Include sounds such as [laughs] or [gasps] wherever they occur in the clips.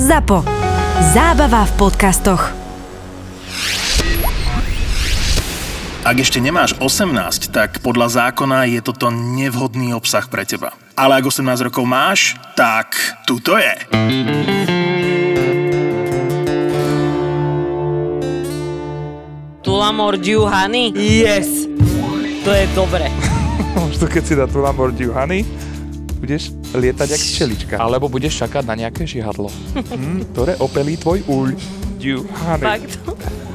ZAPO. Zábava v podcastoch. Ak ešte nemáš 18, tak podľa zákona je toto nevhodný obsah pre teba. Ale ak 18 rokov máš, tak tuto je. Tulamordiu Hany? Yes! To je dobre. Už to keď si na tú Lamborghini Hany, budeš lietať jak čelička. Alebo budeš čakať na nejaké žihadlo, hm, ktoré opelí tvoj úľ. Duhany. Fakt.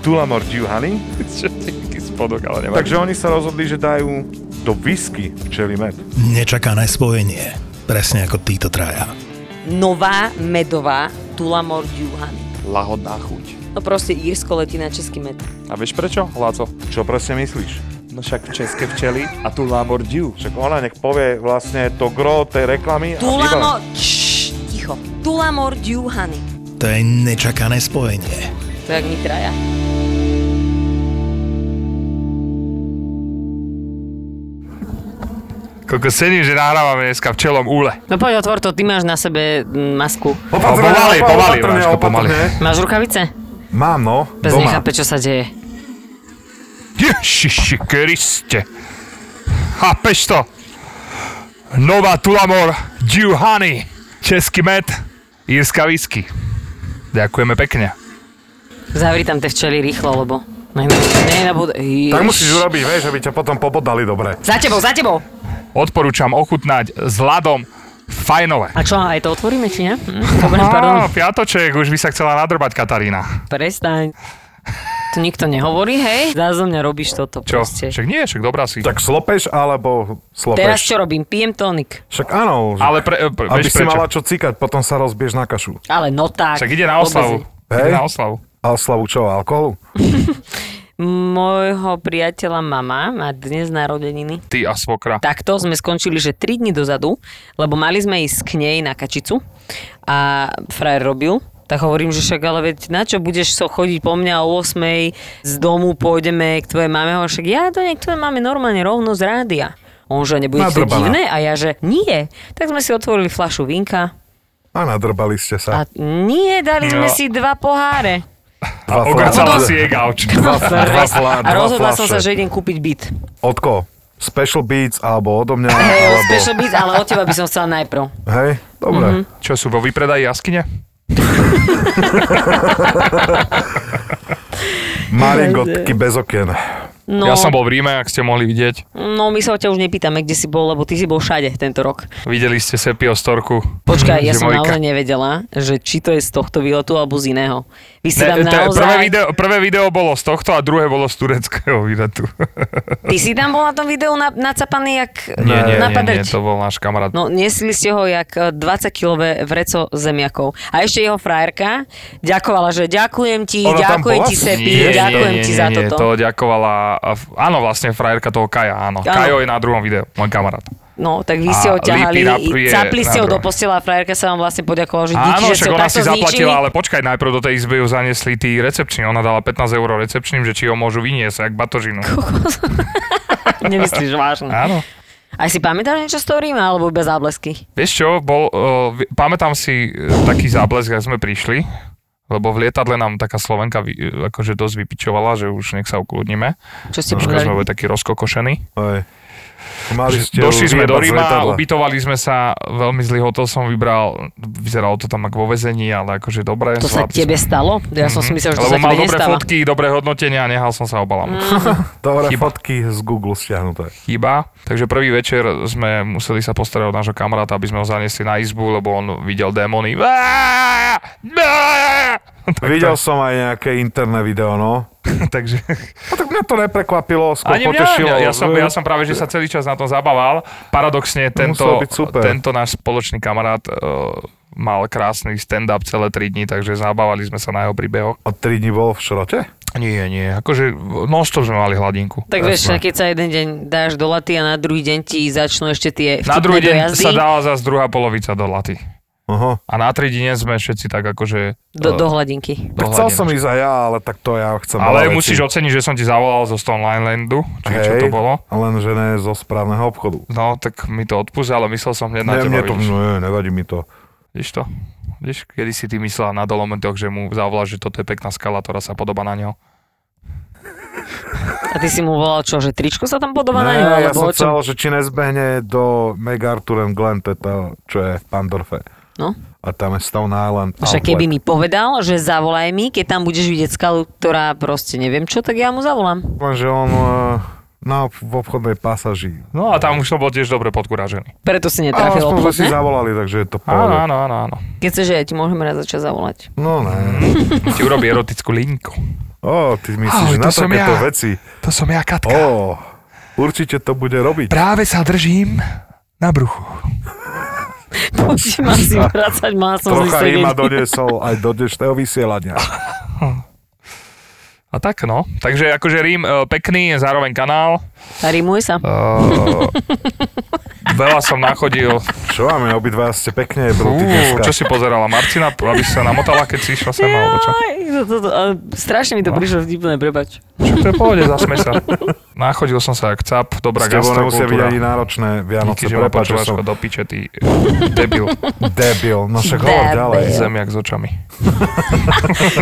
Tulamor Giuhany. Čo taký spodok, ale nevadí. Takže oni sa rozhodli, že dajú do whisky včeli med. Nečakané spojenie. Presne ako títo traja. Nová medová Tulamordiu Hany. lahodná chuť. No proste Írsko letí na český med. A vieš prečo, Láco? Čo presne myslíš? No však české včely a tu Lamborghini. Však ona nech povie vlastne to gro tej reklamy. a vybavené. Tulamo... Čš, ticho. Tulamordiu Hany. To je nečakané spojenie. To je jak my traja. Koľko sedím, že nahrávame dneska v čelom úle. No poď otvor to, ty máš na sebe mm, masku. Opatrne, pomaly, no, opa- pomaly, opatrne, Váško, opatrne. pomaly. Máš rukavice? Mám no, Bez doma. nechápe, čo sa deje. Ježiši Kriste. Chápeš to? Nová Tulamor Giuhani. Český med, írska whisky. Ďakujeme pekne. Zavri tam tie včely rýchlo, lebo... Ne, ne, ne, nebude- Tak Jež. musíš urobiť, vieš, aby ťa potom pobodali dobre. Za tebou, za tebou! Odporúčam ochutnať s ľadom fajnové. A čo, aj to otvoríme, či ne? Hm, Dobre, pardon. Á, piatoček, už by sa chcela nadrbať Katarína. Prestaň. To nikto nehovorí, hej? Zá zo mňa robíš toto Čo? proste. Však nie, však dobrá si. Tak slopeš alebo Teraz slopeš? čo robím? Pijem tonik. Však áno, že- Ale pre, pre, aby vieš si prečo? mala čo cikať, potom sa rozbiješ na kašu. Ale no tak. Však ide na oslavu. Vôbec- Ide Hej. na oslavu. A slavu čo, alkoholu? Mojho priateľa mama má dnes narodeniny. Ty a svokra. Takto sme skončili, že 3 dní dozadu, lebo mali sme ísť k nej na kačicu a frajer robil tak hovorím, že však ale veď na čo budeš so chodiť po mňa o 8 z domu pôjdeme k tvojej mame, hovorím, však ja to nejak tvojej mame normálne rovno z rádia. On že nebude ti to Nadrbaná. divné a ja že nie. Tak sme si otvorili flašu vinka A nadrbali a ste sa. nie, dali sme No. si dva poháre. Dva fla- Ogrcala dva- si jej gauč. dva fla- dva fla- A dva rozhodla som sa, že flaše. idem kúpiť byt. Od koho? Special Beats alebo odo mňa? Hej, alebo... Special Mhm. byt, ale od teba by som chcela najprv. Hej, dobre. Čo sú vo vypredaji jaskyne? Maringotky bez okien. No, No. Ja som bol v Ríme, ak ste mohli vidieť. no my sa o ťa už nepýtame, kde si bol, lebo ty si bol všade tento rok. Videli ste Sepio Storku. [laughs] Počkaj, ja Že som moji naozaj ka- nevedela, že či to je z tohto výletu alebo z iného. Vy si tam Ne, to je- naozaj... prvé, video, prvé video bolo z tohto a druhé bolo z tureckého výletu. Ty si tam bol na tom videu na, nacapaný jak [laughs] nie, nie, na nie, nie, paderč. to bol náš kamarát. No, No. nesli ste ho jak 20-kilové vreco zemiakov. A ešte jeho frajerka ďakovala, že ďakujem ti, Ona tam ďakujem bola? ti, Sepi, nie, ďakujem nie, ti nie, za nie, toto. To ďakovala, a v- áno vlastne, frajerka toho Kaja, áno. Áno. Kajo je na druhom videu, môj kamarát. No, tak vy ste ho A lípy na prv ťahali, je capli na ste ho do druhé. postela a frajerka sa vám vlastne poďakovala, že díky, Áno, že ste však ho ona takto si zničili. zaplatila, ale počkaj, najprv do tej izby ju zaniesli tí recepční. Ona dala 15 eur recepčným, že či ho môžu vyniesť, jak batožinu. Nemyslíš vážne. Áno. Aj si pamätáš niečo z toho Ríma, alebo iba záblesky? Vieš čo, bol, uh, pamätám si eh, taký záblesk, ak sme prišli, lebo v lietadle nám taká Slovenka vy, eh, akože dosť vypičovala, že už nech sa ukludníme. Čo ste Troška povedali? No, sme boli takí rozkokošení. Hej. Mali ste Došli ju sme do vyjebať z Ríma, lietadla. ubytovali sme sa, veľmi zlý hotel som vybral, vyzeralo to tam ako vo vezení, ale akože dobré. To sa sladko- tebe stalo? Ja som si myslel, že to Hm. Lebo sa mal tebe dobré nestáva. fotky, dobré hodnotenia a nehal som sa obalám. Dobre, Chyba. fotky z Google stiahnuté. Chyba. Takže prvý večer sme museli sa postarať o nášho kamaráta, aby sme ho zaniesli na izbu, lebo on videl démony. Á! Á! Tak- Videl som aj nejaké interné video, no. Takže... A tak mňa to neprekvapilo, skôr Ani mňa, potešilo. mňa, ja, som, ja som práve, že sa celý čas na tom zabával. Paradoxne, tento, muselo byť super. tento náš spoločný kamarát uh, mal krásny stand-up celé 3 dní, takže zabávali sme sa na jeho príbehoch. A tri dní bol v šrote? Nie, nie, akože non-stop sme mali hladinku. Tak vieš, keď sa jeden deň dáš do laty a na druhý deň ti začnú ešte tie vtipné Na druhý deň dojazdy. sa dala zase druhá polovica do laty. Aha. A na tri dni sme všetci tak akože... Do, eh, do hladinky. do Chcel hladiny. som ísť aj ja, ale tak to ja chcem. Ale veľa vecí. musíš oceniť, že som ti zavolal zo Stone Landu, či čo to Hej, bolo. Lenže ne zo správneho obchodu. No, tak mi to odpúšť, ale myslel som hneď na Ne, teba, mne to, vidíš. nie, nevadí mi to. Vidíš to? Vieš, kedy si ty myslela na Dolomentoch, že mu zavolá, že toto je pekná skala, ktorá sa podobá na neho. A ty si mu volal čo, že tričko sa tam podobá na ňu? Ne, ja alebo o som čom? chcel, že či nezbehne do MacArthur and Glen, to je to, čo je v Pandorfe. No. A tam je Stone Island. Však Outlet. keby mi povedal, že zavolaj mi, keď tam budeš vidieť skalu, ktorá proste neviem čo, tak ja mu zavolám. Lenže on eh, na, v obchodnej pasaži. No a tam už to bol tiež dobre podkuražený. Preto si Ale netrafil aspoň, že si obchodné. zavolali, takže je to Áno, pohľad. áno, áno, áno. Keď chceš, ja ti môžem raz za čas zavolať. [laughs] No ne. Ti urobí erotickú linku. Ó, ty myslíš, Ahoj, že to na som takéto ja. veci. To som ja, Katka. Ó, určite to bude robiť. Práve sa držím na bruchu. Poď ma si vrácať, má som Trocha zlý rýma deň. doniesol aj do dnešného vysielania. A tak no. Takže akože Rím e, pekný, je zároveň kanál. A rímuj sa. [laughs] E, veľa som nachodil. Čo máme, obidva ste pekne Fú, brúti dneska. čo si pozerala? Martina, aby sa namotala, keď si išla sem, alebo čo? Aj, to- to- to- ale strašne mi to prišlo vtipné, prebač. Čo to je pohode, zasme sa. Nachodil som sa jak cap, dobrá S tebou nemusia byť gastrokultúra. ani náročné Díky, Vianoce, že ma prepáč, že počúvaš som do piče, ty eh, debil, debil, no však hovor Debil. ďalej. zemiak s očami.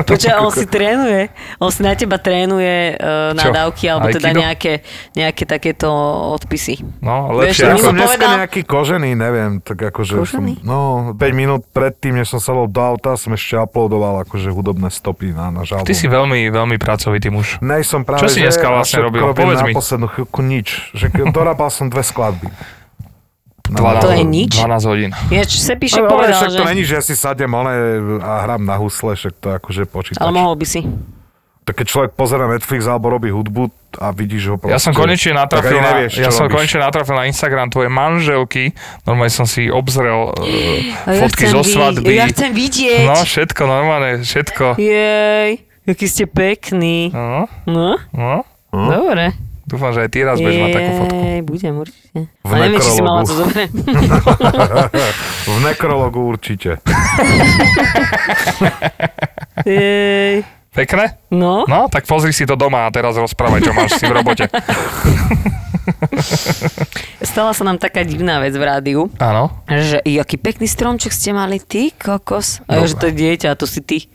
Počkaj, on si trénuje, on si na teba trénuje uh, nadávky, alebo teda Aikido? nejaké, nejaké takéto odpisy. No, Vieš, lepšie Ja mimo ako... som dneska povedal- nejaký kožený, neviem, tak akože... Kožený? Som, no, 5 minút predtým, než som sa dal do auta, som ešte uploadoval akože hudobné stopy na náš album. Ty si veľmi, veľmi pracovitý muž. Nej som práve, Čo si že- dneska a vlastne všetko robil? robím Povedz na mi. poslednú chvíľku nič. Že [laughs] ke- dorabal som dve skladby. Na 12, To je nič? 12 hodín. Ináč Sepíšek No, ale povedal, však že... to není, že ja si sadnem one a hrám na husle, však to je akože počítač. Ale mohol by si. To keď človek pozera Netflix alebo robí hudbu a vidíš ho proste. Ja som konečne natrafil, tak ani na, nevieš, ja čo som robíš. konečne natrafil na Instagram tvoje manželky. Normálne som si obzrel [gasps] A uh, ja fotky chcem zo vi- svadby. Ja chcem vidieť. No, všetko normálne, všetko. Jej, aký ste pekný. No, No, no. dobre. Dúfam, že aj ty raz budeš mať takú fotku. Jej, budem určite. V Ale neviem, či si mala to nekrologu. dobre. V nekrologu určite. Jej. Pekné? No, No, tak pozri si to doma a teraz rozprávaj, čo máš si v [laughs] robote. stala sa nám taká divná vec v rádiu, Áno. že i aký pekný stromček ste mali, ty kokos. A ja, že to je dieťa, a to si ty.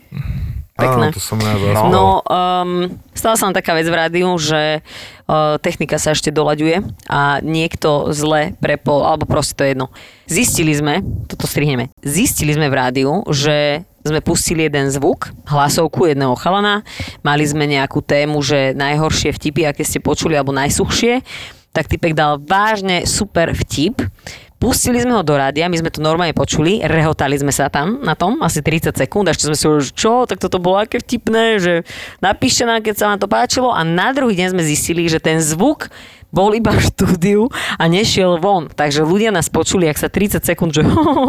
Pekné. Mhm. Áno, to som ja zase. No, um, stala sa nám taká vec v rádiu, že uh, technika sa ešte dolaďuje a niekto zle prepol, alebo proste to je jedno. Zistili sme, toto strihneme, zistili sme v rádiu, že sme pustili jeden zvuk, hlasovku jedného chalana, mali sme nejakú tému, že najhoršie vtipy, aké ste počuli, alebo najsuchšie, tak typek dal vážne super vtip. Pustili sme ho do rádia, my sme to normálne počuli, rehotali sme sa tam na tom, asi 30 sekúnd, a ešte sme si hovorili, že čo, tak toto bolo aké vtipné, že napíšte nám, keď sa vám to páčilo a na druhý deň sme zistili, že ten zvuk bol iba v štúdiu a nešiel von. Takže ľudia nás počuli, ak sa 30 sekúnd, že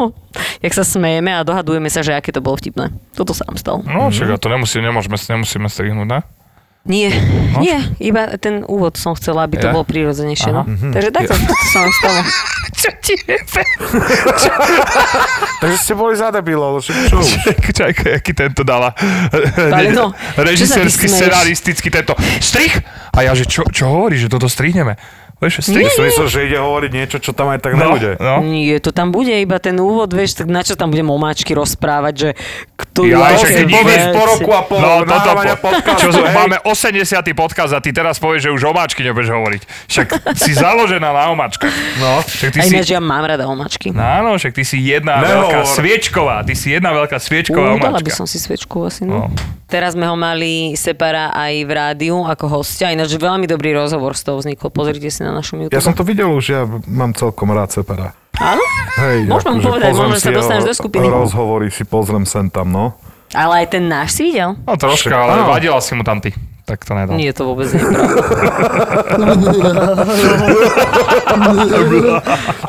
[laughs] jak sa smejeme a dohadujeme sa, že aké to bolo vtipné. Toto sa nám stalo. No, však a to nemusí, nemôžeme, nemusíme strihnúť, ne? [laughs] Nie, nie, iba ten úvod som chcela, aby to Ja? bolo prírodzenejšie. Aha. Mhm. No. Takže takto, [laughs] toto sa nám stalo. Čo ti je Takže ste boli za debilov, však [laughs] čo už. Čakaj, aký tento dala. no, Režisérsky, čo sa ty smeješ? scenaristický tento. Strich! A ja, že čo, čo hovoríš, že toto strihneme? Vieš, že strich? Som myslel, že ide hovoriť niečo, čo tam aj tak No, nebude. no. Nie, to tam bude iba ten úvod, vieš, tak na čo tam budem o mačky rozprávať, že kto Ja, ja, že keď Povedz po roku a pol, No, toto nahrávania po, podcastu, čo sme, hej. máme 80. podcast a ty teraz povieš, že už o mačky nebudeš hovoriť. Však si založená na omačkách. No. Však ty Aj si, ináč, ja mám rada o mačky. No Áno, však ty si jedna Nehovor. veľká sviečková. Ty si jedna veľká sviečková Udala by omačka. som si svečku asi, no. No. Teraz sme ho mali separa aj v rádiu ako hostia, ináč veľmi dobrý rozhovor s tou vznikol, pozrite si na našom YouTube. Ja som to videl už, ja mám celkom rád separa. Áno? Hej, Môžeme mu akože povedať, pozriem možno sa si dostaneš jeho do skupiny. Rozhovory si pozriem sem tam, no. Ale aj ten náš si videl? No troška, Však ale áno. vadila si mu tam ty. Tak to nedal. Nie, to vôbec nie je pravda.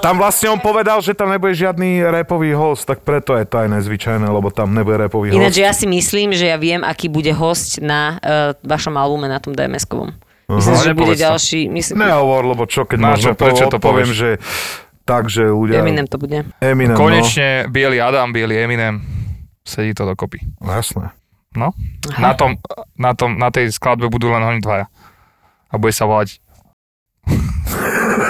Tam vlastne on povedal, že tam nebude žiadny repový host, tak preto je to aj nezvyčajné, lebo tam nebude repový Ináč, host. ja si myslím, že ja viem, aký bude host na uh, vašom albume, na tom DMS-kovom. Myslím, Aha, že bude nepovedz to. ďalší... Myslím, Nehovor, lebo čo, keď Na možno čo, prečo to odpoviem, povieš? že takže ľudia... Eminem to bude. Eminem, no. Konečne biely Adam, biely Eminem. Sedí to dokopy. no. Jasné. No. Na, tom, na, tom, na tej skladbe budú len oni dvaja. A bude sa volať [laughs]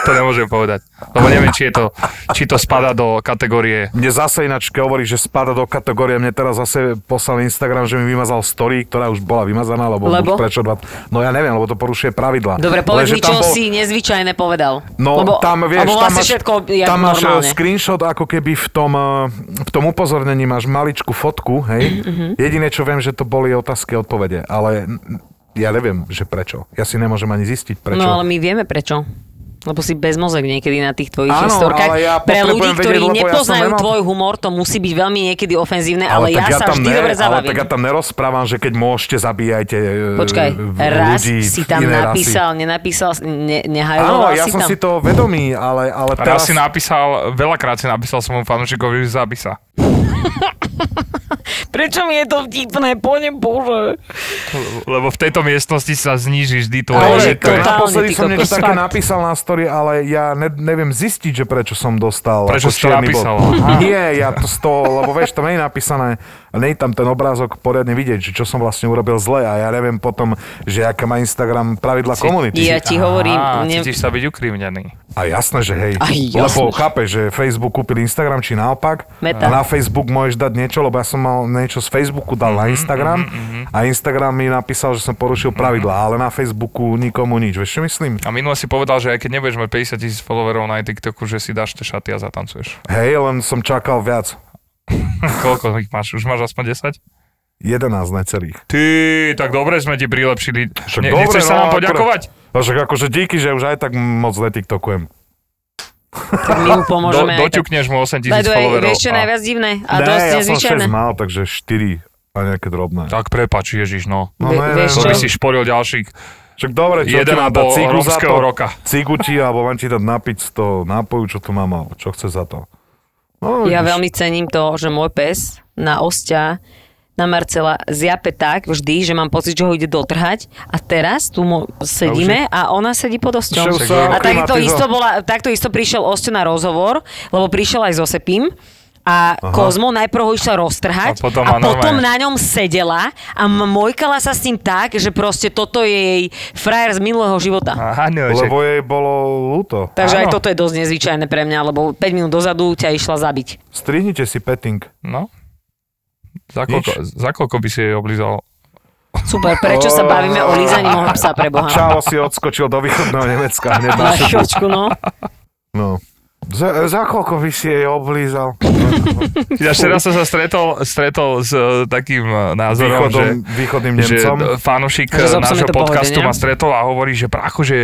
To nemôžem povedať. Lebo neviem, či, je to, či to spada do kategórie... Mne zase ináč, keď hovoríš, že spada do kategórie, mne teraz zase poslal Instagram, že mi vymazal story, ktorá už bola vymazaná, lebo, Lebo? už prečo dva... No ja neviem, lebo to porušuje pravidla. Dobre, povedz Lenže mi, tam čo si nezvyčajné povedal. No lebo, tam vieš, lebo tam vlastne máš, všetko jak tam máš eh, normálne. screenshot ako keby v tom, eh, v tom upozornení máš maličku fotku, Mhm, hej. Jediné, čo viem, že to boli otázky a odpovede, ale n- ja neviem, že prečo. Ja si nemôžem ani zistiť, prečo. No ale my vieme prečo. Lebo si bezmozek niekedy na tých tvojich Áno, historkách. ale ja Pre ľudí, potrebujem ktorí vedieť, lebo ja som nepoznajú nemal- tvoj humor, to musí byť veľmi niekedy ofenzívne, ale, ja, tak sa vždy ne, dobre ale zabavím. tak ja tam nerozprávam, že keď môžete, zabíjajte eh, Počkaj, v- raz ľudí si tam inej rasy. napísal, nenapísal, ne, Áno, nehajloval ja si som tam. si to vedomý, ale, ale Raz teraz... si napísal, veľakrát si napísal svojmu fanúšikovi, že zapísa. [laughs] Prečo mi je to vtipné, poďme bože. Lebo v tejto miestnosti sa zníži vždy tvoje Ale Ale že že to, riziko. totálne, naposledy ty som niečo kokos, také fakt. napísal na story, ale ja ne, neviem zistiť, že prečo som dostal. Prečo ako si to čierny bod. [laughs] napísala? Nie, ja to z toho, lebo vieš, tam nie je napísané, nie je tam ten obrázok poriadne vidieť, že čo som vlastne urobil zle a ja neviem potom, že aké má Instagram pravidla komunity. Ja ti hovorím, Á, ne, cítiš sa byť ukrivnený. A jasné, že hej. Aj jasné. Lebo chápe, že Facebook kúpil Instagram, či naopak. Meta. A na Facebook môžeš dať niečo, lebo ja som mal niečo z Facebooku dal na Instagram a Instagram mi napísal, že som porušil pravidla, ale na Facebooku nikomu nič. Vieš, čo myslím? A minule si povedal, že aj keď nebudeš mať 50 tisíc followerov na TikToku, že si dáš tie šaty a zatancuješ. [laughs] Hej, len som čakal viac. Koľko ich máš? Už máš aspoň 10? 11 necelých. Ty, tak dobre sme ti prilepšili. Však Ne, dobre, nechceš sa no, nám akurát. poďakovať? No však akože díky, že už aj tak moc netiktokujem. tak my mu Do, pomôžeme. aj tak. doťukneš mu 8 tisíc By the way, followerov. vieš čo je a- najviac divné a Ne, dosť ja som 6 nezvyčajné? mal, takže 4 a nejaké drobné. Tak prepač, Ježiš, no. No, Vie- ne, vieš ne, To čo? ne. by si šporil ďalších. Však dobre, čo ti Jeden mám bol dať cigu za rómskeho to? roka. Cigu ti, alebo mám ti dať napiť z toho nápoju, čo tu mám, alebo čo chce za to? No, Ja vidíš. veľmi cením to, že môj pes na osťa, na Marcela zjape tak vždy, že mám pocit, že ho ide dotrhať a teraz tu mo- sedíme a ona sedí pod osťou. Že už sa A takto aklimatizo- isto, bola, takto isto prišiel osťo na rozhovor, lebo prišiel aj so Sepím a Aha. Kozmo najprv ho išla roztrhať A potom a ma normálne- potom na ňom sedela a m- mojkala sa s ním tak, že proste toto je jej frajer z minulého života. Aha, no, Lebo jej bolo ľúto. Takže aj Áno. toto je dosť nezvyčajné pre mňa, lebo 5 minút dozadu ťa išla zabiť. Strihnite si petting. No. Za koľko, za koľko by si jej oblízal? Super, prečo sa bavíme o lízaní môjho psa pre Boha? Čavo si odskočil do východného Nemecka hneď na Na chvíľočku, no. No. Za, za koľko by si jej oblízal? Ja včera som sa stretol, stretol s e, takým e, názorom, že Východom, východným že Nemcom? d- fanúšik Že s obsom e, je nášho to pohode, podcastu nie? ma stretol a hovorí, že prachu, že,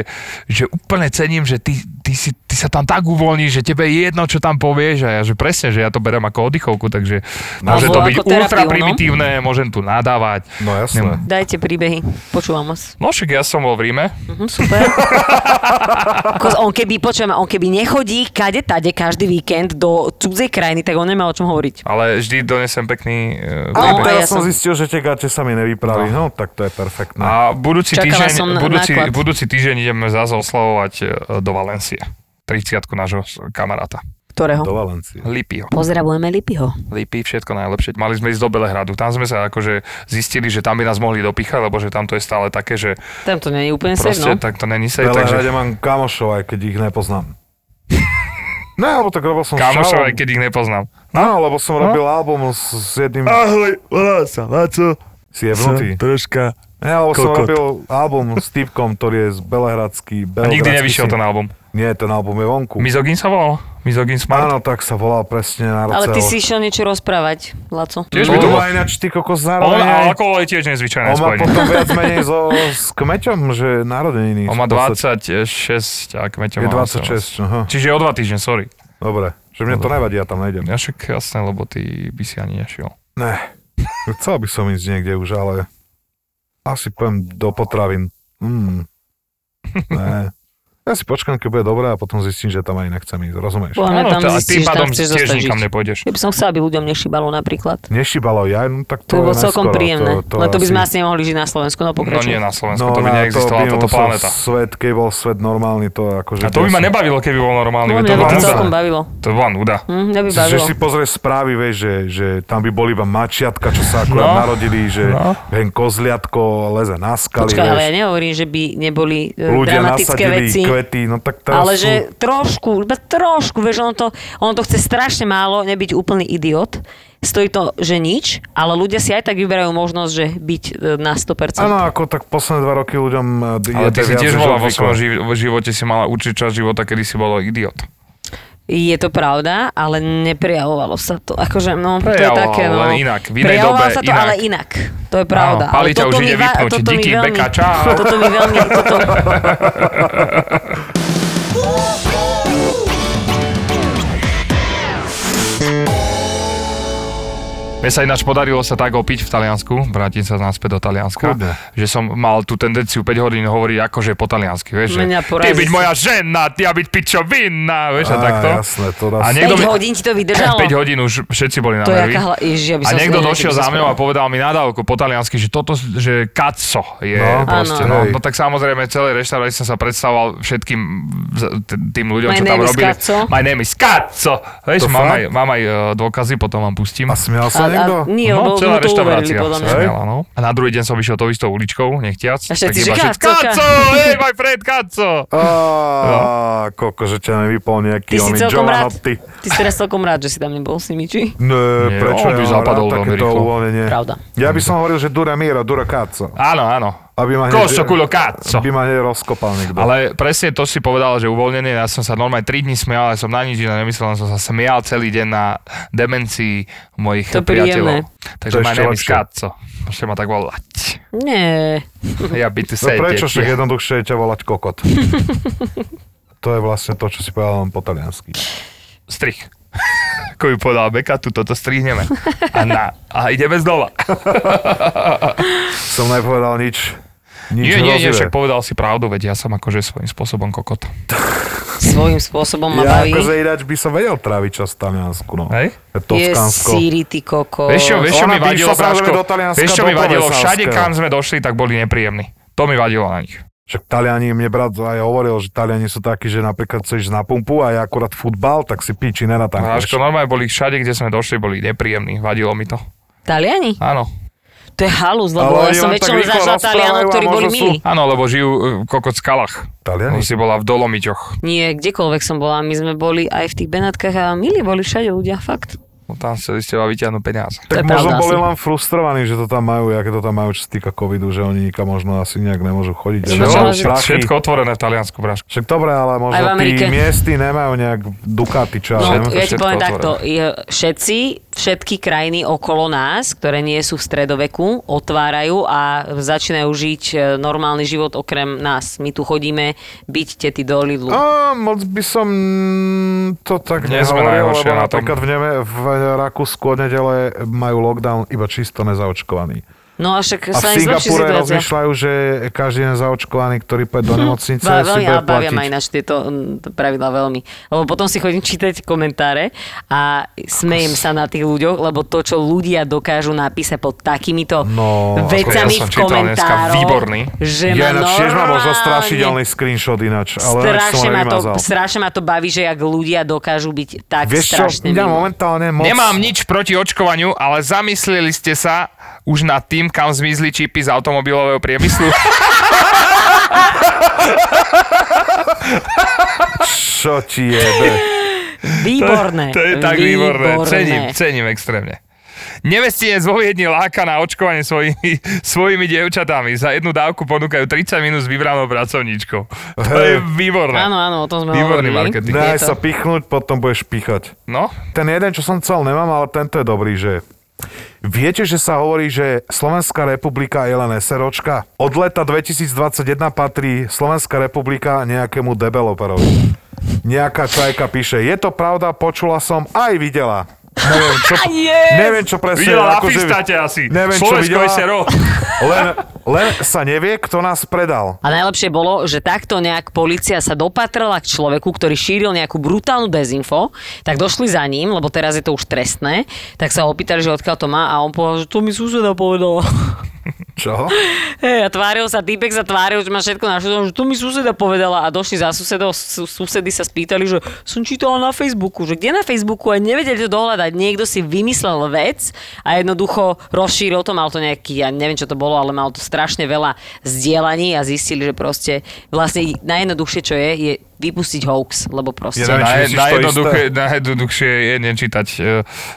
že úplne cením, že ty, ty, si, ty sa tam tak uvoľníš, že tebe je jedno, čo tam povieš a ja, že presne, že ja to berem ako oddychovku, takže môže to Alebo byť ako terapiu, ultra no. primitívne, môžem tu nadávať. No jasné. Dajte príbehy, počúvam vás. No však ja som bol v Ríme, Mhm, super. Ako on keby, počujem, on keby nechodí kade tade každý víkend do cudzej krajiny, tak on nemá o čom hovoriť. ale vždy donesem pekný e, A No, príbeh. teraz ja som som- zistil, že tie gate sa mi nevyprali. No, tak to je perfektné. A budúci Čakala týždeň, som na- budúci, náklad. budúci týždeň ideme zase oslavovať e, do Valencie. 30 nášho kamaráta. Do Ktorého? Valencie. Lipio. Pozdravujeme Lipiho. Lipy, všetko najlepšie. Mali sme ísť do Belehradu. Tam sme sa akože zistili, že tam by nás mohli dopichať, lebo že tam to je stále také, že Tam to nie je úplne safe, proste no. tak to není V safe. Belehrade Takže mám kamošov, aj keď ich [laughs] nepoznám. Ne, lebo tak robil som kamošov, aj s Čavom. keď No. ich nepoznám. Áno, lebo som robil album s, s jedným Ahoj, volá sa Laco, si som jebnutý. troška Ne, lebo som kokot. robil album s týpkom, ktorý je z Belehradský. A Belehradský nikdy nevyšiel syn. ten album. Nie, ten album je vonku. Mizogin sa volal? Mizogin Smart? Áno, tak sa volal presne na Ale ty RCL. si išiel niečo rozprávať, Laco. Tiež by On to bol... má ináč ty kokos On zároveň a aj- alkohol je tiež nezvyčajné On má spojenie. potom viac menej so, s kmeťom, že narodeniny. On má v podstate. 26 a kmeťom Je má 26, aha. 18. Čiže o dva týždne, sorry. Dobre, že mne to nevadí, ja tam nejdem. Ja však jasné, lebo ty by si ani nešiel. Ne, chcel by som ísť niekde už, ale asi poviem do potravín. Mm. Ne. Ja si počkám, keď bude dobré a potom zistím, že tam aj nechcem ísť, rozumieš? Podľa mňa tam to- a tým zistíš, že tam pádom chceš tiež zostať nikam žiť. nepôjdeš. Ja by som chcela, aby ľuďom nešibalo napríklad. Nešíbalo ja, no To tak to, by bolo je celkom neskoro, príjemné. to, to Len to by asi- sme asi nemohli žiť na Slovensku, no No nie pokračuj. na Slovensku, to by na- neexistovala by táto musel planéta. Svet, keď bol svet normálny, to akože... A to by ma nebavilo, keby bol normálny. No, veď mňa by to bola to Pravda. nuda. celkom bavilo. To bola nuda. Hm, mňa by Že bavilo. si pozrieš správy, vieš, že, že tam by boli iba mačiatka, čo sa akurát No. narodili, že No. hen kozliatko leze na skaly, Počkaj, ale vieš, ja nehovorím, že by neboli e, ľudia dramatické nasadili veci. kvety, no tak teraz Ale sú... že trošku, iba trošku, vieš, on to, on to chce strašne málo, nebyť úplný idiot. Stojí to, že nič, ale ľudia si aj tak vyberajú možnosť, že byť e, na 100%. Áno, ako tak posledné dva roky ľuďom eh, Ale jebe ty si viac, tiež než bola vo obvykle. svojom živ- živote, si mala určitý čas života, kedy si bola idiot. Je to pravda, ale neprejavovalo sa to. Akože, no, to je Prejavovalo, také, no. len inak. V inej Prejavovalo dobe sa to, inak. ale inak. To je pravda. Áno, Pali ale ťa toto už mi ide va- vypnúť. toto mi Díky, veľmi- Beka, čau. Toto mi veľmi, toto, [laughs] Mne sa ináč podarilo sa tak opiť v Taliansku, vrátim sa naspäť do Talianska, Kurde. že som mal tú tendenciu 5 hodín hovoriť akože po taliansky, vieš, že Mňa ty porazí byť si. moja žena, ty ja byť pičovina, vieš, a Á, takto. jasné, to A raz... niekto 5 mi- hodín ti to 5 [laughs] vydržalo. hodín už všetci boli na To je nervy. aká hla... Ježi, ja by A som si niekto neviem, čo došiel by som za mňou a spravila. povedal mi nadávku po taliansky, že toto, že kaco je no, No, proste. áno. No, Hej. no tak samozrejme celej reštaurácii som sa predstavoval všetkým z- t- tým ľuďom, My čo tam name is robili. Kaco. My name is kaco. Vieš, To mám fakt? aj, mám aj e, dôkazy, potom vám pustím. A A, smial sa a, niekto? nie, lebo no, mu celá to uverili, reštaurácia podľa sa mňa. Hej. smiala, no. A na druhý deň som išiel tou istou uličkou, nechtiac. A všetci, že všetci, Kaco, Kaco. kaco, hej, my friend, kaco. Á, No. koko, že ťa nevypol Ty nejaký si oný celkom rád, Giovanotti. ty si teraz celkom rád, že si tam nebol s nimi, či? Ne, Nie, prečo on by ja mám zapadol rád veľmi takéto rýchlo. uvoľnenie? Pravda. Ja by som hovoril, že dura mira, dura cazzo. Áno, áno. Aby ma hneď- Koso, kulo, kaco. By ma hneď rozkopal niekto. Ale presne to si povedal, že uvoľnenie, ja som sa normálne 3 dní smial, ale som na nič iné nemyslel, len som sa smial celý deň na demencii mojich To je priateľov. Takže To je ma ešte neviem lepšie. skáco. Môžete ma tak [laughs] volať. Nie. Ja by tu No sedete. prečo však jednoduchšie je ťa volať [laughs] kokot? to je vlastne to, čo si povedal len po taliansky. Strich. [laughs] Ako ju povedal Beka, tu toto strihneme. A, na, a ideme znova. Som nepovedal nič. Nie, Nič nie, nie, hrozivé. však povedal si pravdu, veď ja som akože svojím spôsobom kokot. Svojím spôsobom ma Ja baví. akože ináč by som vedel tráviť čas v Taliansku, no. Hej? Je Toskánsko. Siri, ty koko. Vieš čo, vieš čo Ona mi by vadilo, išla samozrejme Braško? do Talianska, Vieš čo do mi vadilo? Poveslavského. Všade, kam sme došli, tak boli nepríjemní. To mi vadilo na nich. Však Taliani, mne brat aj hovoril, že Taliani sú takí, že napríklad chceš na pumpu a ja akurát futbal, tak si piči Braško, nenatankuješ. normálne boli všade, kde sme došli, boli nepríjemní. Vadilo mi to. Taliani? Áno. To je halus, Ale lebo ja oni som len tak väčšinou rýchlo zažila rozprávajú Talianov, a ktorí možno boli sú- milí. Áno, lebo žijú e, kokot v skalách. Taliani? Už si bola v Dolomiťoch. Nie, kdekoľvek som bola, my sme boli aj v tých Benátkach a milí boli všade ľudia, fakt. No tam chceli z teba vyťahnuť peniaze. To je Tak pravda možno boli asi. len frustrovaní, že to tam majú, aké to tam majú, čo sa týka covidu, že oni nikam možno asi nejak nemôžu chodiť. Čo? že Čo? majú Všetko, prachy. všetko otvorené v Taliansku, Braško. Však dobre, ale možno v Amerike. tí miesty nemajú nejak Ducati, čo ja No, viem. ja ti všetko poviem otvorené. takto, je- všetci, všetky krajiny okolo nás, ktoré nie sú v stredoveku, otvárajú a začínajú žiť e, normálny život okrem nás. My tu chodíme byť tety do Lidlu. A moc by som to tak Nie sme nehovoril, najhoršie lebo na tom. napríklad v, Neme, v Rakúsku od nedele majú lockdown iba čisto nezaočkovaní. No a však sa im A v zlepší Singapúre situácia. Hm, rozmýšľajú, že každý jeden zaočkovaný, ktorý pôjde do nemocnice, Ba- si veľmi bude a bavia ma platiť. ináč tieto mm, pravidla veľmi. Lebo potom si chodím čítať komentáre a smejem sa na tých ľuďoch, lebo to, čo ľudia dokážu napísať pod takýmito No, ako vecami ja som v čítal dneska, komentároch, výborný. že Ja ma ináč tiež mám možno normálne- strašidelný screenshot ináč, ale ináč som ho strašne ma, to, nevymazal. strašne ma to baví, že jak ľudia dokážu byť tak Vieš čo, strašne ja mimo. momentálne moc... Nemám nič proti očkovaniu, ale zamysleli ste sa už nad tým, kam zmizli čipy z automobilového priemyslu. Čo ti jebe? Výborné. to je tak výborné. Cením, cením extrémne. Nevestinec vo Viedni láka na očkovanie svojimi, svojimi dievčatami. Za jednu dávku ponúkajú 30 minút s vybranou pracovníčkou. To je výborné. Áno, áno, o tom sme Výborný hovorili. [laughs] Je marketing. Daj to- sa pichnúť, potom budeš pichať. No, Ten jeden, čo som chcel, nemám, ale tento je dobrý, že... Viete, že sa hovorí, že Slovenská republika je len SROčka? Od leta 2021 patrí Slovenská republika nejakému developerovi. Nejaká čajka píše, je to pravda, počula som, aj videla. Neviem, čo, neviem, čo presne. videla na akože- Fistáte asi. Neviem, čo Slovensko videla. SRO. Len, len sa nevie, kto nás predal. A najlepšie bolo, že takto nejak policia sa dopatrala k človeku, ktorý šíril nejakú brutálnu dezinfo, tak došli za ním, lebo teraz je to už trestné, tak sa ho opýtali, že odkiaľ to má a on povedal, že to mi suseda povedala. Čo? Hej, a tváril sa, týpek sa tváril, že má všetko na všetko, že to mi suseda povedala a došli za susedov, su, susedy sa spýtali, že som čítala na Facebooku, že kde na Facebooku a nevedeli to dohľadať. Niekto si vymyslel vec a jednoducho rozšíril to, mal to nejaký, ja neviem čo to bolo, ale mal to strašne veľa zdieľaní a zistili, že proste vlastne najjednoduchšie čo je, je vypustiť hoax, lebo proste... Ja neviem, či myslíš to najjednoduchšie, isté? e- najjednoduchšie je nečítať e,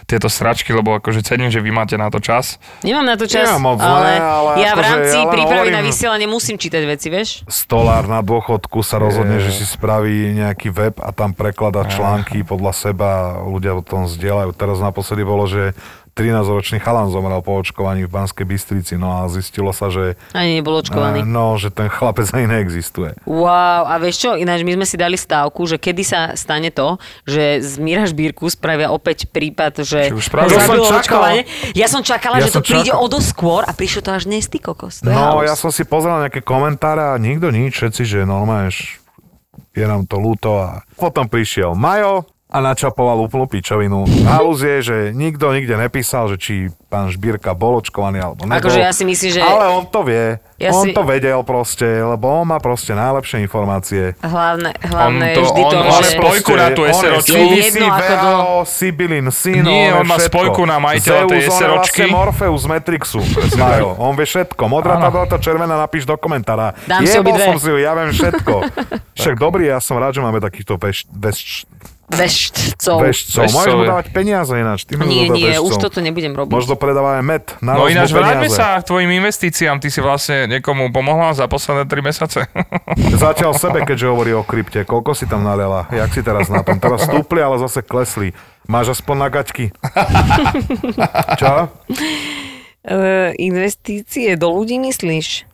tieto sračky, lebo akože cením, že vy máte na to čas. Nemám na to čas, Nemám moc, ale, ne, ale ja v akože, rámci ale prípravy na hovorím- vysielanie musím čítať veci, vieš? Stolár na dôchodku sa rozhodne, že si spraví nejaký web a tam preklada články podľa seba, ľudia o tom zdieľajú. Teraz naposledy bolo, že 13-ročný chalan zomrel po očkovaní v Banskej Bystrici, no a zistilo sa, že Ani nebol očkovaný. eh, no, že ten chlapec ani neexistuje. Wow, a vieš čo, ináč my sme si dali stávku, že kedy sa stane to, že z Míra Šbírku spravia opäť prípad, že Či už spravili? ho To som zabilo čakal. očkovanie. Ja som čakala, Ja ja že som to príde čakal. o dosť skôr a prišlo to až dnes, ty kokos. To je No, halus. ja som si pozrel nejaké komentáre a nikto nič, všetci, že normálne š- je nám to ľúto a potom prišiel Majo a načapoval úplnú pičovinu. Halus je, že nikto nikde nepísal, že či pán Žbírka bol očkovaný alebo nebol. Akože ja si myslím, že- Ale on to vie. Ja on si- to vedel proste, lebo on má proste najlepšie informácie. Hlavné, hlavné On je to- vždy to, on že... má spoj- spojku na tú on SROčku. je Je jedno, CDC, ako to- VAO, Sibylin, Syn, Nie, on, on má vie všetko. spojku na majiteľa tej Zeus, on je SROčky. vlastne Morpheus z Matrixu. Majo, on vie všetko. Modrá tableta, červená, napíš do komentára. Dám si Jebol obidve. som si ju, ja viem [laughs] všetko. Však dobrý, ja som rád, že máme takýchto veš, veš, Veštcov. vešcov. Vešcov Môžeš mu je. dávať peniaze ináč. Ty mi Nie, dodaj nie, vešcov. už toto nebudem robiť. Možno predávame med. Na No rozbu ináč, vráťme peniaze. sa k tvojim investíciám. Ty si vlastne niekomu pomohla za posledné 3 mesiace. Zatiaľ sebe, keďže hovorí o krypte. Koľko si tam naliala? Jak si teraz na tom? Teraz stúpli, ale zase klesli. Máš aspoň na gaťky. Čo? Eh, investície do ľudí myslíš?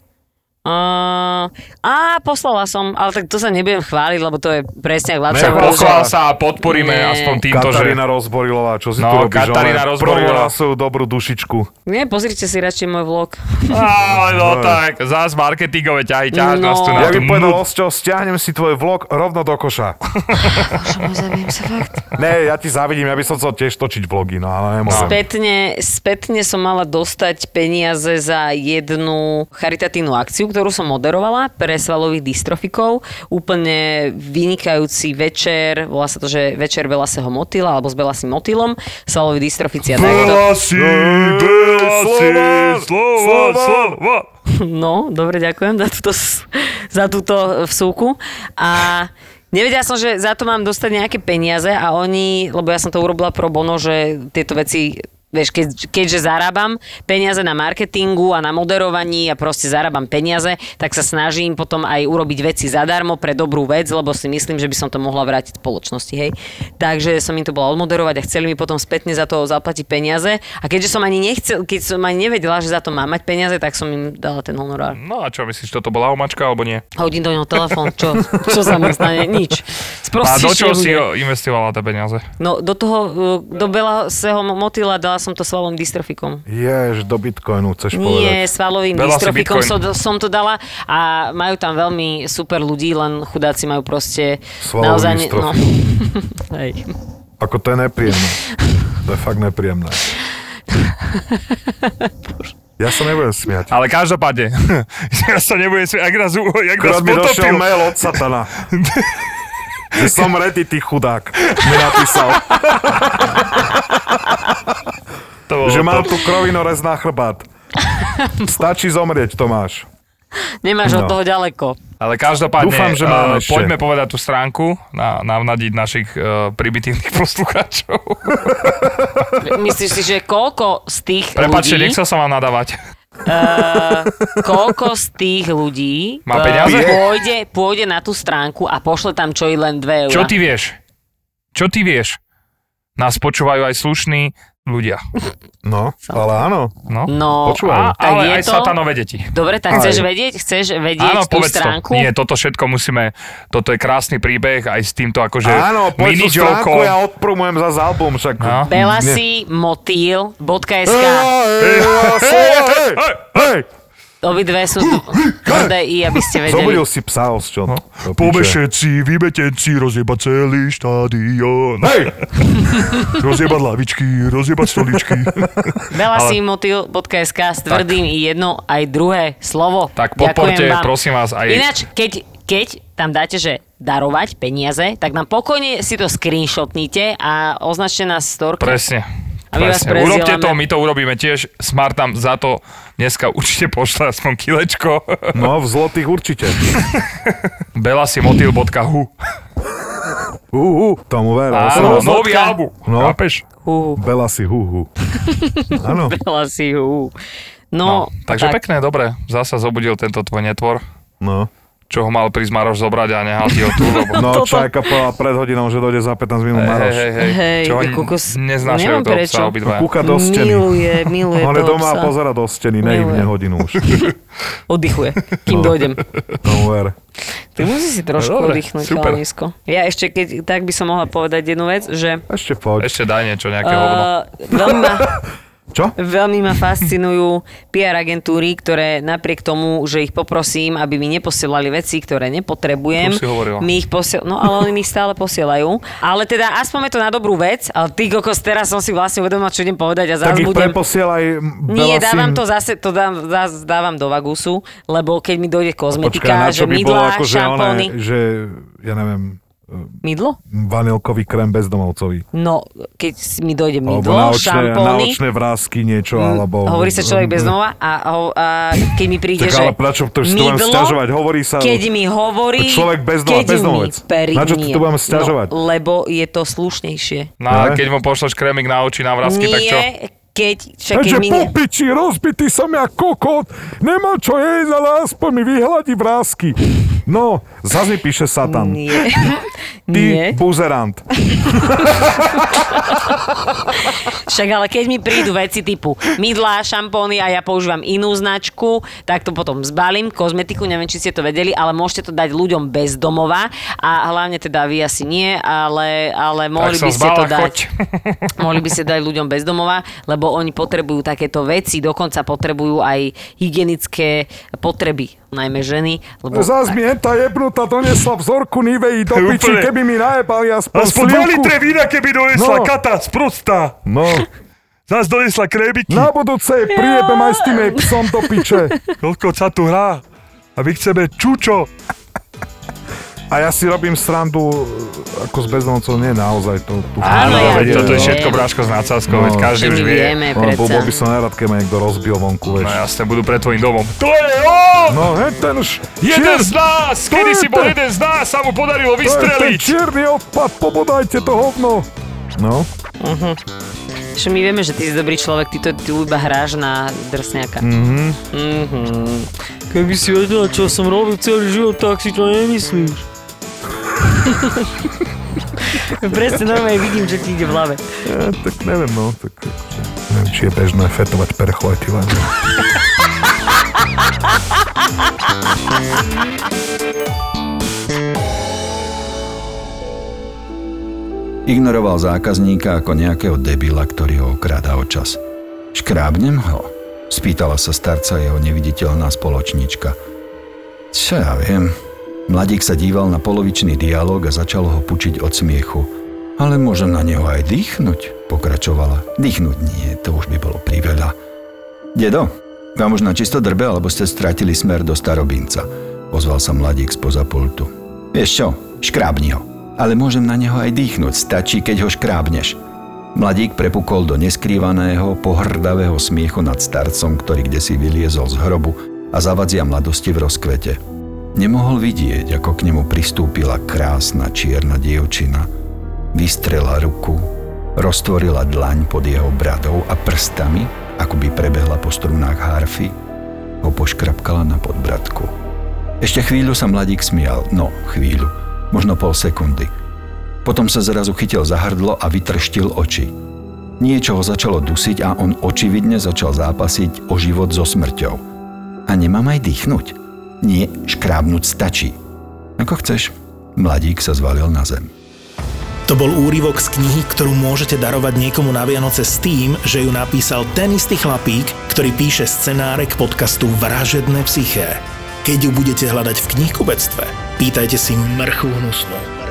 Uh, a poslala som, ale tak to sa nebudem chváliť, lebo to je presne ak Vládca Ne, hovoril, že- Pochvál sa a podporíme Nie. aspoň týmto, že... Katarína Rozborilová, čo si No, tu robíš? Katarína Ona Rozborilová. No, prolila svoju dobrú dušičku. Nie, pozrite si radšej môj vlog. Ale no tak, zás marketingové ťahy ťaháš No. nás tu na Ja tú by povedal, nut. Osťo, stiahnem si tvoj vlog rovno do koša. Bože môj, zabijem sa fakt. ne, ja ti závidím, ja by som chcel tiež točiť vlogy, no ale nemôžem. Spätne, spätne som mala dostať peniaze za jednu charitatívnu akciu, ktorú som moderovala pre svalových dystrofikov. Úplne vynikajúci večer, volá sa to, že večer veľa sa ho motila, alebo s veľa si motilom, svaloví dystrofici a takto. Belasi, belasi, slova, slova. [laughs] No, dobre, ďakujem za túto, s- za túto e, vsúku. A nevedela som, že za to mám dostať nejaké peniaze a oni, lebo ja som to urobila pro bono, že tieto veci Vieš, keď, keďže zarábam peniaze na marketingu a na moderovaní a proste zarábam peniaze, tak sa snažím potom aj urobiť veci zadarmo pre dobrú vec, lebo si myslím, že by som to mohla vrátiť spoločnosti, hej. Takže som im to bola odmoderovať a chceli mi potom spätne za to zaplatiť peniaze. A keďže som ani nechcel, keď som ani nevedela, že za to mám mať peniaze, tak som im dala ten honorár. No a čo, myslíš, toto bola omačka alebo nie? Hodím do neho telefón, čo, čo sa mi stane? Nič. A Sprostí, do čoho si ho investovala tie peniaze? No do toho, uh, do belého motila dala som to svalom dystrofikom. Jež, do Bitcoinu chceš Nie, povedať. svalovým Dala si dystrofikom Bitcoin. som, som to dala a majú tam veľmi super ľudí, len chudáci majú proste Svalový naozaj... ne- no. dystrofik. [laughs] Hej. Ako to je [laughs] nepríjemné. To je fakt nepríjemné. Ja sa nebudem smiať. Ale každopádne, [laughs] ja sa nebudem smiať, ak nás, u- ak nás Akurát mi došiel potopil. mail od satana. Že som ready, ty chudák. Mi napísal, To bolo že mám to. tu krovinorez na chrbát. Stačí zomrieť, Tomáš. Nemáš od No. toho ďaleko. Ale každopádne, Dúfam, že eh, máme ešte. poďme povedať tú stránku, na, navnadiť našich uh, primitívnych [laughs] poslucháčov. Myslíš si, že koľko z tých ľudí... Prepačte, eh, nechcel som vám nadávať. koľko z tých ľudí eh, Má peniaze? pôjde, pôjde na tú stránku a pošle tam čo i len 2 eurá. Čo ty vieš? Čo ty vieš? Nás počúvajú aj slušní ľudia. No, ale áno. No. No, Počúvajú. A, tak je ale aj to... satanové deti. Dobre, tak Aj. chceš vedieť? Chceš vedieť Áno, tú povedz stránku? to. Nie, toto všetko musíme, toto je krásny príbeh aj s týmto akože Áno, poď tú stránku, minijokom. ja odpromujem za album však. No. Belasi motil.sk Ah! Hej, hej, hej, hej, hej, hej. Obidve sú tu tvrdé i, aby ste vedeli. Zobudil si psa, osčo. No. Pomešeci, vymetenci, rozjebať celý štádion. Hej! Rozjebať lavičky, rozjebať stoličky. Veľa si motil.sk s tvrdým i jedno aj druhé slovo. Tak podporte, Ďakujem vám. prosím vás, aj- Ináč, keď, keď tam dáte, že darovať peniaze, tak nám pokojne si to screenshotnite a označte nás storky. Presne. A my vás Presne. Urobte prezdielame. to, my to urobíme tiež. Smart tam za to dneska určite pošle aspoň kilečko. [laughs] No, v zlotých určite. Belasimontil.hu Hú, hú, tomu ver. Áno, no. nový album. No. Chápeš? Hú, Bela si hú, hú. Áno. veľa si hú. No, No, tak. takže pekné, dobre. Zasa zobudil tento tvoj netvor, No. čo ho mal prísť Maroš zobrať a nehal ti ho tu, [laughs] lebo... No, Čajka povedala pred hodinou, že dojde za 15 minút Hej, Maroš. hej, hej, Hej, čo ho ty kokos, neznášajú nemám toho prečo. psa obidvaja. No, Kúka do steny. Miluje, miluje On je toho doma a psa. pozera do steny, naivne Miluje. hodinu [laughs] už. Oddychuje, kým dojdem. Tomu ver. Ty musíš si trošku dobre, oddychnúť, super. chalanisko. Ja ešte, keď tak by som mohla povedať jednu vec, že Ešte poď. Ešte daj niečo, nejaké hovno. Uh, veľmi, ma, Čo? veľmi ma fascinujú PR agentúry, ktoré napriek tomu, že ich poprosím, aby mi neposielali veci, ktoré nepotrebujem, To si hovorila. mi ich posiel... No ale oni mi ich stále posielajú. Ale teda aspoň je to na dobrú vec, ale ty kokos, teraz som si vlastne uvedomila, čo idem povedať a Tak zás ich budem... preposielaj m, Nie, Bela dávam Sim- to zase, to dám, zás dávam do vagusu, lebo keď mi dojde Počkaj, kozmetika, na čo že by bolo akože mydlá, ako, že, one, šampóny. že ja neviem, Mydlo? vanilkový krém bezdomovcovi. No, keď si mi dojde Alebo mydlo, naočné, šampóny. Mm, naočné vrázky niečo, alebo... Mm, Mm-hmm. Hovorí sa človek bez domova a, ho- a keď mi príde, Tak že ale na čo to si tu budem mydlo, sťažovať? Hovorí sa- Keď mi hovorí... Človek bez domova, keď mi bezdomovec. perí- Na čo tu nie. tu budem sťažovať? No, lebo je to slušnejšie. No a Ne? keď mu pošleš krémik na oči, na vrázky, tak čo? Nie, keď... Však keď Takže mi po ne... piči, rozbitý som ja kokot, nemám čo jesť, ale aspoň mi vyhľadí vrázky. No, zase mi píše Satan. Nie. [laughs] Ty Nie. buzerant. Však ale keď mi prídu veci typu mydlá, šampóny a ja používam inú značku, tak to potom zbalím, kozmetiku, neviem, či ste to vedeli, ale môžete to dať ľuďom bez domova a hlavne teda vy asi nie, ale, ale mohli sa by ste to zbala, dať. choď. [laughs] Mohli by ste dať ľuďom bez domova, lebo oni potrebujú takéto veci, dokonca potrebujú aj hygienické potreby, najmä ženy, lebo Zas No, mi tá jebnutá donesla vzorku Nivei do piči, Úplne. keby mi najebali aspoň, Aspoň 2 slivku. litre vína, keby donesla No. no. kata, sprostá. No, Zas donesla krémiky. na budúce jej priebem aj s tým jej psom do piče. Koľko sa tu hrá. A my chceme čučo. A ja si robím srandu eh, ako s bezdomovcov, nie naozaj to. Tu Áno, ja veď viem. toto je viem. všetko bráško s nadsázkou, veď No. každý že už my vie. vieme, Lebo bol predsa. by som nerad, keď ma niekto rozbil vonku, No vieš. jasne, budú pred tvojim domom. To je on! No, hej, ten už... Jeden Čier- z nás! To Kedy je si bol ten- jeden z nás, sa mu podarilo to je ten vystreliť! čierny odpad, pobodajte to hovno. No, Že my vieme, že ty si dobrý človek, ty to ty iba hráš na drsňaka. Mhm. Mhm. Keby si vedela, čo som robil celý život, tak si to nemyslíš. [laughs] Presne normálne vidím, že ti ide v hlave. ja, tak neviem, no, tak... akože, Neviem, či je bežné fetovať perchu aj ty len. Ignoroval zákazníka ako nejakého debila, ktorý ho okráda o čas. Škrábnem ho? Spýtala sa starca jeho neviditeľná spoločnička. Čo ja viem. Mladík sa díval na polovičný dialog a začal ho pučiť od smiechu. Ale môžem na neho aj dýchnuť, pokračovala. Dýchnuť nie, to už by bolo priveľa. Dedo, vám už na čisto drbe, alebo ste stratili smer do starobinca, ozval sa mladík spoza pultu. Vieš čo, škrábni ho. Ale môžem na neho aj dýchnuť, stačí, keď ho škrábneš. Mladík prepukol do neskrývaného, pohrdavého smiechu nad starcom, ktorý kde si vyliezol z hrobu a zavadzia mladosti v rozkvete. Nemohol vidieť, ako k nemu pristúpila krásna čierna dievčina. Vystrela ruku, roztvorila dlaň pod jeho bradou a prstami, ako by prebehla po strunách harfy, ho poškrapkala na podbradku. Ešte chvíľu sa mladík smial, no chvíľu, možno pol sekundy. Potom sa zrazu chytil za hrdlo a vytrštil oči. Niečo ho začalo dusiť a on očividne začal zápasiť o život so smrťou. A nemám aj dýchnuť. Nie, škrábnuť stačí. Ako chceš. Mladík sa zvalil na zem. To bol úryvok z knihy, ktorú môžete darovať niekomu na Vianoce s tým, že ju napísal ten istý chlapík, ktorý píše scenáre k podcastu Vražedné psyché. Keď ju budete hľadať v knihkubectve, pýtajte si mrchu hnusnú.